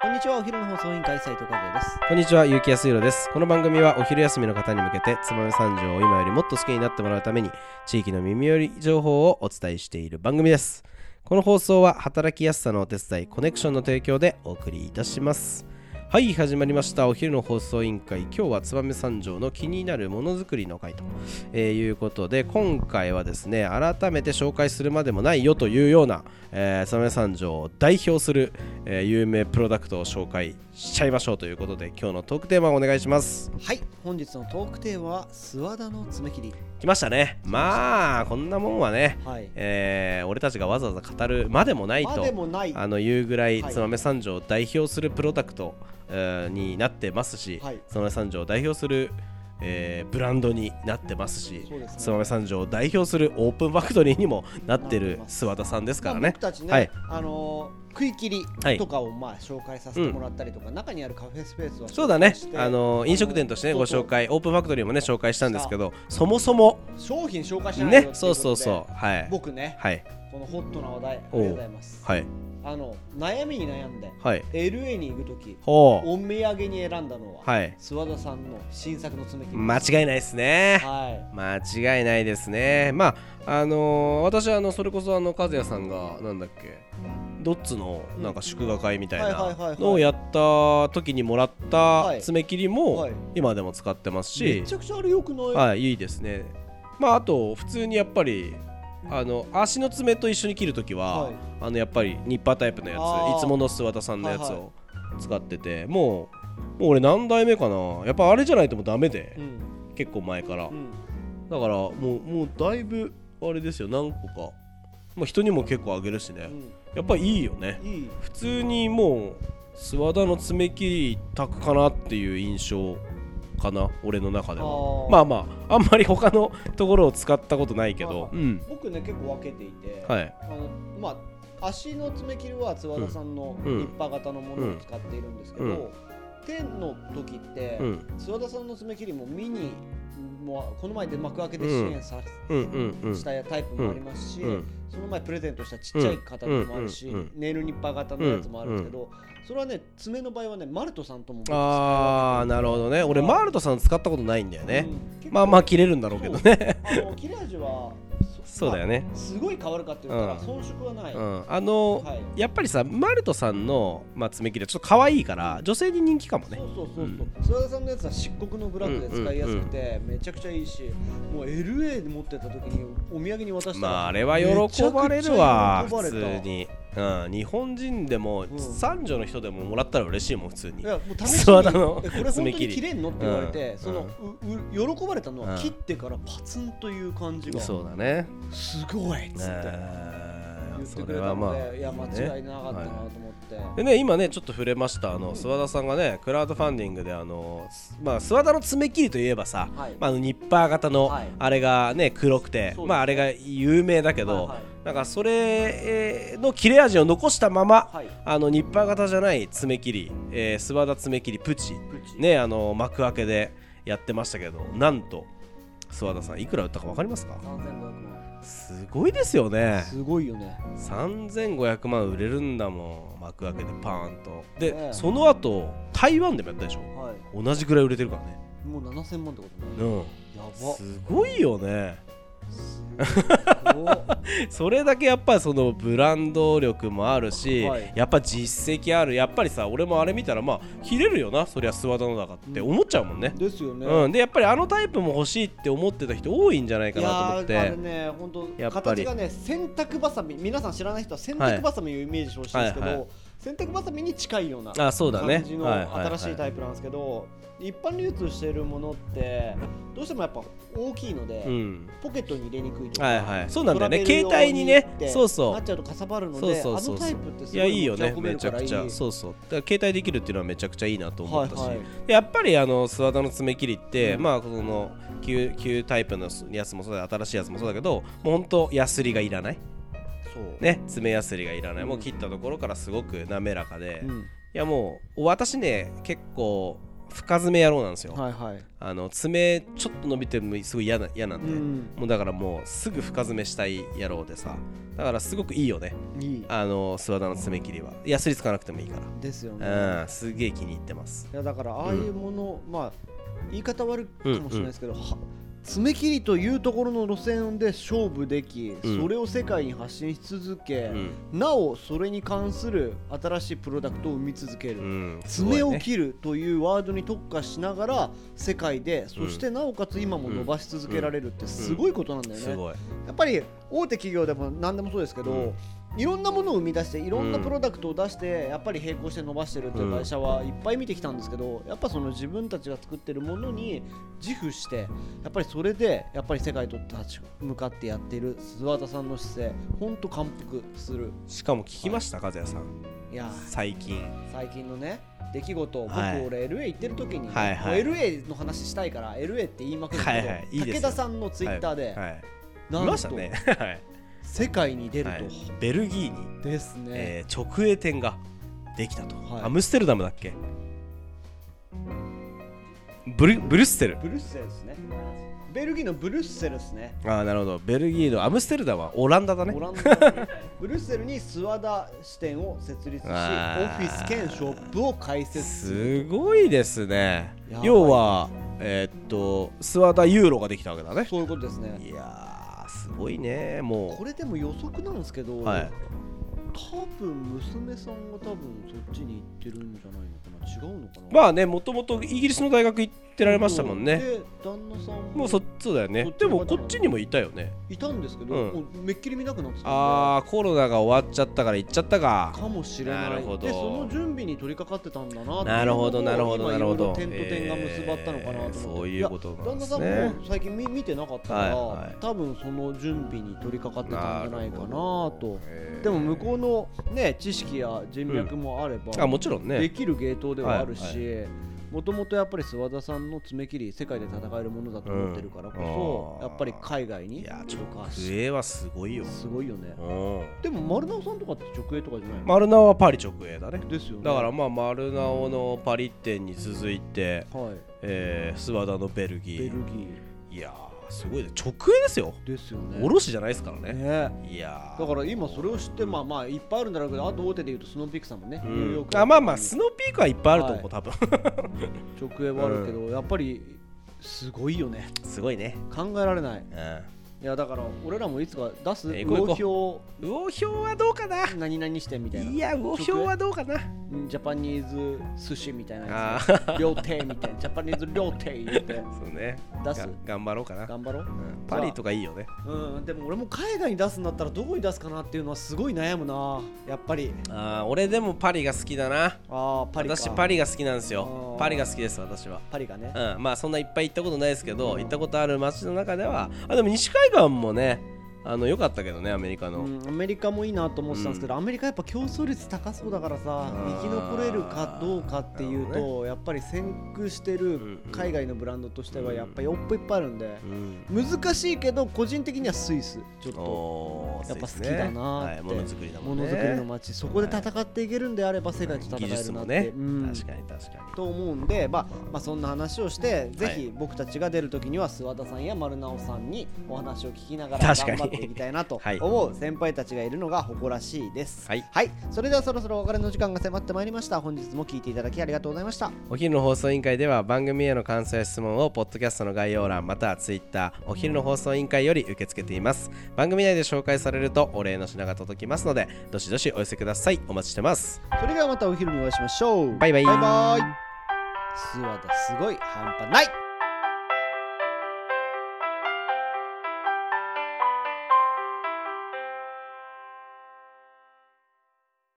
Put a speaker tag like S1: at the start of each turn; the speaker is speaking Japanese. S1: こんにちはお昼の放送委員会斉藤和也です
S2: こんにちは、ゆうきやすいろです。この番組はお昼休みの方に向けて、つまめ三条を今よりもっと好きになってもらうために、地域の耳寄り情報をお伝えしている番組です。この放送は、働きやすさのお手伝い、コネクションの提供でお送りいたします。はい、始まりました。お昼の放送委員会。今日は、つばめ三条の気になるものづくりの会と、えーいうことで、今回はですね、改めて紹介するまでもないよというような、えー、つばめ三条を代表する、えー有名プロダクトを紹介しちゃいましょうということで今日のトークテーマをお願いします
S1: はい本日のトークテーマは諏訪田の爪切り
S2: 来ましたねまあこんなもんはね、
S1: はい
S2: えー俺たちがわざわざ語るまでもない
S1: まで
S2: と
S1: もない
S2: あの言うぐらい
S1: はい
S2: つまめ三条を代表するプロダクト、えーになってますし、
S1: はい
S2: つまめ三条を代表する、えーブランドになってますし
S1: そうですね
S2: つまめ三条を代表するオープンファクトリーにもなっ
S1: な
S2: て
S1: っ
S2: る
S1: てます
S2: 諏訪田さんですから
S1: まあ
S2: ね
S1: 僕。たちね、
S2: はい
S1: あのー食い切
S2: は
S1: り
S2: い
S1: とかをまあ紹介させてもらったりとか、中にあるカフェスペースは
S2: そうだね
S1: 紹介して
S2: あの飲食店としてね
S1: そ
S2: ご
S1: うそう
S2: 紹介オープンファクトリーもね紹介したんですけどそもそも
S1: 商品紹介してないよって
S2: ね
S1: い
S2: そうそう
S1: こと
S2: そ
S1: で
S2: うはい
S1: 僕ね
S2: はい
S1: このホットな話題ありが
S2: おう
S1: とうございます
S2: はい
S1: あの悩みに悩んで
S2: はい
S1: LA に行く時
S2: ほ
S1: お土産に選んだのは、
S2: うはい
S1: 諏訪田さんの新作の爪切り
S2: 間違いないですね
S1: は
S2: 間違いないですねまああのー私あのそれこそあの和也さんがなんだっけドッツのなんか祝賀会みたい
S1: うんはいはいはいは
S2: ないのをやった時にもらっ
S1: は
S2: た
S1: い
S2: 爪切り
S1: は
S2: も
S1: い
S2: 今でも使ってます
S1: いめ
S2: し
S1: ちゃくちゃあれよくない、
S2: はいいいですねまああと普通にやっぱりあの足の爪と一緒に切る時は、
S1: はい
S2: あのやっぱりニッパータイプのや
S1: あー
S2: ついつもの諏訪田さんのやつ
S1: はいは
S2: を使ってて、もうもう俺何代目かなやっぱあれじゃないともうダメで、
S1: うん
S2: 結構前から、
S1: う
S2: だか
S1: ん
S2: らもうもうだいぶあれですよ何個か、まあ、人にも結構あげるしね、やっぱいいよね
S1: うん、いい
S2: 普通にもう諏訪田の爪切り宅かなっていう印象かな俺の中で
S1: あ
S2: は
S1: ー
S2: まあまああんまり他のところを使ったことないけ
S1: はい
S2: ど
S1: は、い
S2: うん
S1: 僕ね結構分けていて、
S2: はい
S1: あのまあ足の爪切りは津和田さんの
S2: うん
S1: 立派型のものを使っているんですけど、
S2: うん
S1: 手の時って、
S2: うん
S1: 津和田さんの爪切りもミニもこの前で幕開けで支援さ、
S2: うんうんうん
S1: したタイプもありますし、
S2: うん
S1: その前プレゼントしたちっちゃい形もあるし、
S2: うんうんうん
S1: ネイルニッパー型のやつもあるんですけど、それはね爪の場合はねマルトさんとも僕
S2: あーなるほどね俺
S1: はい
S2: マールトさん使ったことないんだよね、
S1: うん
S2: まあまあ切れるんだろうけどね
S1: あの切れ味は
S2: そうだよ
S1: ね、
S2: ね
S1: まあすごい変わるかって言ったら
S2: うん
S1: 遜色はない、
S2: うんあの
S1: はい
S2: やっぱりさマルトさんの、まあ、爪切りはちょっと可愛いから女性に人気かも
S1: そう
S2: ね
S1: そうそうそう、諏訪田さんのやつは漆黒のブラックで使いやすくて、めちゃくちゃいいしもう LA で持ってた時にお土産に渡したら
S2: まああれは喜ばれるわ
S1: めちゃ
S2: 普
S1: くちゃ喜ばれ
S2: 通
S1: た
S2: に、うん、日本人でも、
S1: うん
S2: 三女の人でももらったら嬉しいもん普通に
S1: いやもう試しに
S2: 諏訪田の
S1: えこれ本当
S2: 爪
S1: に
S2: 切り
S1: 切れんのって言われて、
S2: うん
S1: そのうう喜ばれたのは
S2: うん
S1: 切ってからパツンという感じが、
S2: そうだね
S1: すごいっつって言っ
S2: あー
S1: て
S2: そ
S1: く
S2: れ
S1: れた
S2: はま
S1: の
S2: あ
S1: で、いや間違いなかったなと
S2: ねは
S1: 思
S2: い
S1: って、
S2: でね今ねちょっと触れましたあの諏訪田さんがねクラウドファンディングであの、すまあ、諏訪田の爪切りといえばさ、
S1: はい
S2: まあ、あのニッパー型の
S1: はい
S2: あれがね黒く
S1: そうで
S2: て、
S1: すね
S2: まあ、あれが有名だけど、
S1: はいはい
S2: なんかそれえーの切れ味を残したまま、
S1: はい
S2: あのニッパー型じゃない爪切り、えー、諏訪田爪切りプチ
S1: プチ
S2: ねあの幕開けでやってましたけどなんと諏訪田さんいくら売ったか分かりますか
S1: 3500万
S2: すごいですよね
S1: すごいよね
S2: 3500万売れるんだもん幕開けでパーンとで、
S1: ねえ
S2: その後台湾でもやったでしょ
S1: は
S2: 同じくらい売れてるからね
S1: いもう7000万ってことね
S2: うん
S1: やば
S2: すごいよね
S1: すごい
S2: それだけやっぱりそのブランド力もあるし、
S1: はい
S2: やっぱ実績あるやっぱりさ俺もあれ見たらまあ切れるよなそりゃ諏訪田のだかって思っちゃうもんね、
S1: ですよね、
S2: うん、でやっぱりあのタイプも欲しいって思ってた人多いんじゃないか
S1: いや
S2: なと思っ
S1: ーあれ
S2: て
S1: ね、本
S2: や
S1: 当
S2: っぱ
S1: 形
S2: り
S1: がね、洗濯ばさみ、皆さん知らない人は洗濯ばさみをイメージしてほしいんですけど、
S2: はいはい
S1: 洗濯ばさみに近いような
S2: あそうだね
S1: 感じの
S2: はいはいはい
S1: 新しいタイプなんですけど、一般流通しているものって、どうしてもやっぱ大きいので、
S2: うん
S1: ポケットに入れにくいとか、
S2: はいはいそうなんだよね
S1: トラベル用
S2: 携帯にね
S1: って
S2: そうそう
S1: なっちゃうとかさばるので、
S2: そうそうそうそう
S1: あのタイプってす
S2: い
S1: ご
S2: や
S1: い
S2: いいよね
S1: 持運べ
S2: め
S1: る
S2: ちゃ
S1: から
S2: く
S1: いい
S2: ちゃそうそうだから携帯できるっていうのはめちゃくちゃいいなと思ったし、
S1: はいはい
S2: でやっぱりあの諏訪田の爪切りって、
S1: うん
S2: まあこの旧旧タイプのやつもそうだ新しいやつもそうだけどもうほんとヤスリがいらない
S1: そう、
S2: ね爪ヤスリがいらない、
S1: うん
S2: もう切ったところからすごく滑らかで、
S1: う
S2: い
S1: ん
S2: やもう私ね結構深爪野郎なんですよ、
S1: はいはい
S2: あの爪ちょっと伸びてもすごい嫌な嫌なん
S1: う
S2: で、
S1: ん
S2: もうだからもうすぐ深爪したい野郎でさだからすごくいいよね
S1: いい
S2: あの諏訪田の爪切りはヤスリつかなくてもいいから
S1: ですよね、
S2: うん、すげえ気に入ってます。
S1: いやだからああいうもの、まあ言い方悪いかもしれないですけど、は爪切りというところの路線で勝負でき、
S2: うん
S1: それを世界に発信し続け、
S2: うん、
S1: なおそれに関する新しいプロダクトを生み続ける、
S2: うん、
S1: 爪を
S2: すごいね
S1: 切るというワードに特化しながら世界でそしてなおかつ今も伸ばし続けられるってすごいことなんだよね。
S2: すごい。
S1: やっぱり大手企業でも何でもそうですけど、
S2: うん
S1: いろんなものを生み出していろんな
S2: うん
S1: プロダクトを出して、やっぱり並行して伸ばしてるっていう会社はいっぱい見てきたんですけどやっぱその自分たちが作ってるものに自負してやっぱりそれでやっぱり世界と立ち向かってやっている諏訪田さんの姿勢ほんと感服する
S2: しかも聞きました、和也さん。
S1: いや
S2: 最近。
S1: ー最近のね出来事を僕、
S2: はい
S1: 俺 LA 行ってる時に、
S2: はいはい
S1: もう LA の話したいから LA って言いまくるけど、
S2: はいはいいいですよ
S1: 武田さんのツイッターで、
S2: はいはい。見
S1: な
S2: ま
S1: ん
S2: した
S1: と、
S2: ね。 はい
S1: 世界に出る
S2: はい
S1: と。
S2: ベルギーに、
S1: ですね、
S2: えー直営店ができたと。
S1: はい
S2: アムステルダムだっけブルブルッセル。
S1: ブルッセルですね。ベルギーのブルッセルですね。
S2: ああ、なるほど。ベルギーのアムステルダムはオランダだね
S1: オ。ランダブルッセルに諏訪田支店を設立し、オフ
S2: あー
S1: ィス兼ショップを開設。
S2: すごいですね
S1: やば。い
S2: 要は、えーっと、スワダユーロができたわけだね。
S1: そういうことですね。
S2: いやー、すごいね。もう。
S1: これでも予測なんですけど、
S2: はい
S1: 多分娘さんが多分そっちに行ってるんじゃないのかな。違うのかな。あ
S2: まあね、もともとイギリスの大学行ってられましたもんね。
S1: で、旦那さん
S2: も
S1: も
S2: うそっちだよ
S1: そ
S2: ね
S1: っ。ち
S2: で
S1: の
S2: も
S1: 方だ
S2: こっちにもいたよね。
S1: いたんですけど、
S2: うん
S1: もうめっきり見なくなってたんで
S2: あー、コロナが終わっちゃったから行っちゃったか。
S1: かもしれない
S2: なるほど
S1: でその準備に取り掛かってたんだなって
S2: なるほど、
S1: いうの
S2: な
S1: を
S2: るほど、
S1: 今
S2: なるほど。
S1: いろいろ点と点が結ばったのかなと思って、
S2: えーそういうこと
S1: いや
S2: な
S1: 旦
S2: んで
S1: 那
S2: す
S1: さん
S2: ね。
S1: も最近見見てなかったから、
S2: はいはい
S1: 多分その準備に取り掛かってたんじゃないかなとでも向こ
S2: う
S1: うの、ね、知識や人脈もあれば、
S2: あ、もちろん
S1: で
S2: ね。
S1: きるゲートではあるし、
S2: はい
S1: もともとやっぱり諏訪田さんの爪切り世界で戦えるものだと思ってるからこそ、
S2: う
S1: や
S2: ん
S1: っぱり海外に
S2: いや、
S1: とか
S2: 直営はすごいよ。
S1: すごいよね
S2: うん。
S1: でも丸直さんとかって直営とかじゃないの、
S2: マルナオはパリ直営だね。
S1: ですよね
S2: だからまあ、マルナオのパリ店に続いて、
S1: はい、
S2: えー、スワダのベルギ
S1: ベル
S2: ー。
S1: ギ
S2: いやー、すごいね。直営ですよ。
S1: ーですよね。
S2: 卸じゃないですからね。
S1: ね
S2: いやー
S1: だから今それを知って、まあまあいっぱいあるんだろうけど、あと大手で言うとスノーピークさんもね、
S2: う
S1: ニューヨ
S2: ん
S1: ー、ク
S2: あまあまあスノーピークはいっぱいあると思う、
S1: はい
S2: 多分
S1: 直営はあるけど、やっぱりすごいよね。
S2: すごいね、
S1: 考えられない。
S2: う
S1: いやだから俺らもいつか出す
S2: え行こう
S1: 魚票
S2: ん、魚表はどうかな
S1: 何々してみたい
S2: い
S1: な。
S2: や魚表はどうかな
S1: ジャパニーズ寿司みたいなや
S2: あ
S1: つ。料亭みたいな。ジャパニーズ料亭言って
S2: そうね
S1: 出す
S2: が頑張ろうかな、
S1: 頑張ろう。
S2: うんパリとかいいよね
S1: うん、でも俺も海外に出すんだったらどこに出すかなっていうのはすごい悩むな。やっぱり。
S2: あー俺でもパリが好きだな
S1: ああ、パリか。
S2: 私パリが好きなんですよ
S1: あー
S2: パリが好きです私は
S1: パリがね。
S2: うん、まあそんないっぱい行ったことないですけど行ったことある街の中ではあでも西海岸もねあの良かったけどねアメリカの、
S1: うん、アメリカもいいなと思ってたんですけど、アメリカやっぱ競争率高そうだからさ
S2: ー
S1: 生き残れるかどうかっていう
S2: なるほ
S1: と、やっぱり先駆してる海外のブランドとしてはやっぱりおっぽいっぱいあるんで
S2: うん
S1: 難しいけど個人的にはスイスちょっと
S2: おー
S1: やっぱ好
S2: そ
S1: き
S2: うですね
S1: だな
S2: は
S1: ー
S2: い、
S1: って
S2: ものづくりだ
S1: も
S2: もんね
S1: のづくりの街そこで戦っていけるんであれば世界と
S2: 技
S1: 戦え
S2: 術
S1: るな
S2: も
S1: って、
S2: ね、
S1: うん
S2: 確かに確か
S1: と思うんで、まあまあ、そんな話をして、ぜ
S2: は
S1: ひ僕たちが出るときには諏訪田さんや丸直さんにお話を聞きながら頑
S2: 確かに
S1: 張っていきたいなと
S2: はい
S1: 思う先輩たちがいるのが誇らしいです。
S2: はい
S1: それではそろそろお別れの時間が迫ってまいりました。本日も聞いていただきありがとうございました。
S2: お昼の放送委員会では番組への感想や質問をポッドキャストの概要欄またはツイッターお昼の放送委員会より受け付けています番組内で紹介されるとお礼の品が届きますのでどしどしお寄せくださいお待ちしてます
S1: それではまたお昼にお会いしましょう。
S2: バイバイ
S1: バイバイ。諏訪田すごい半端ない。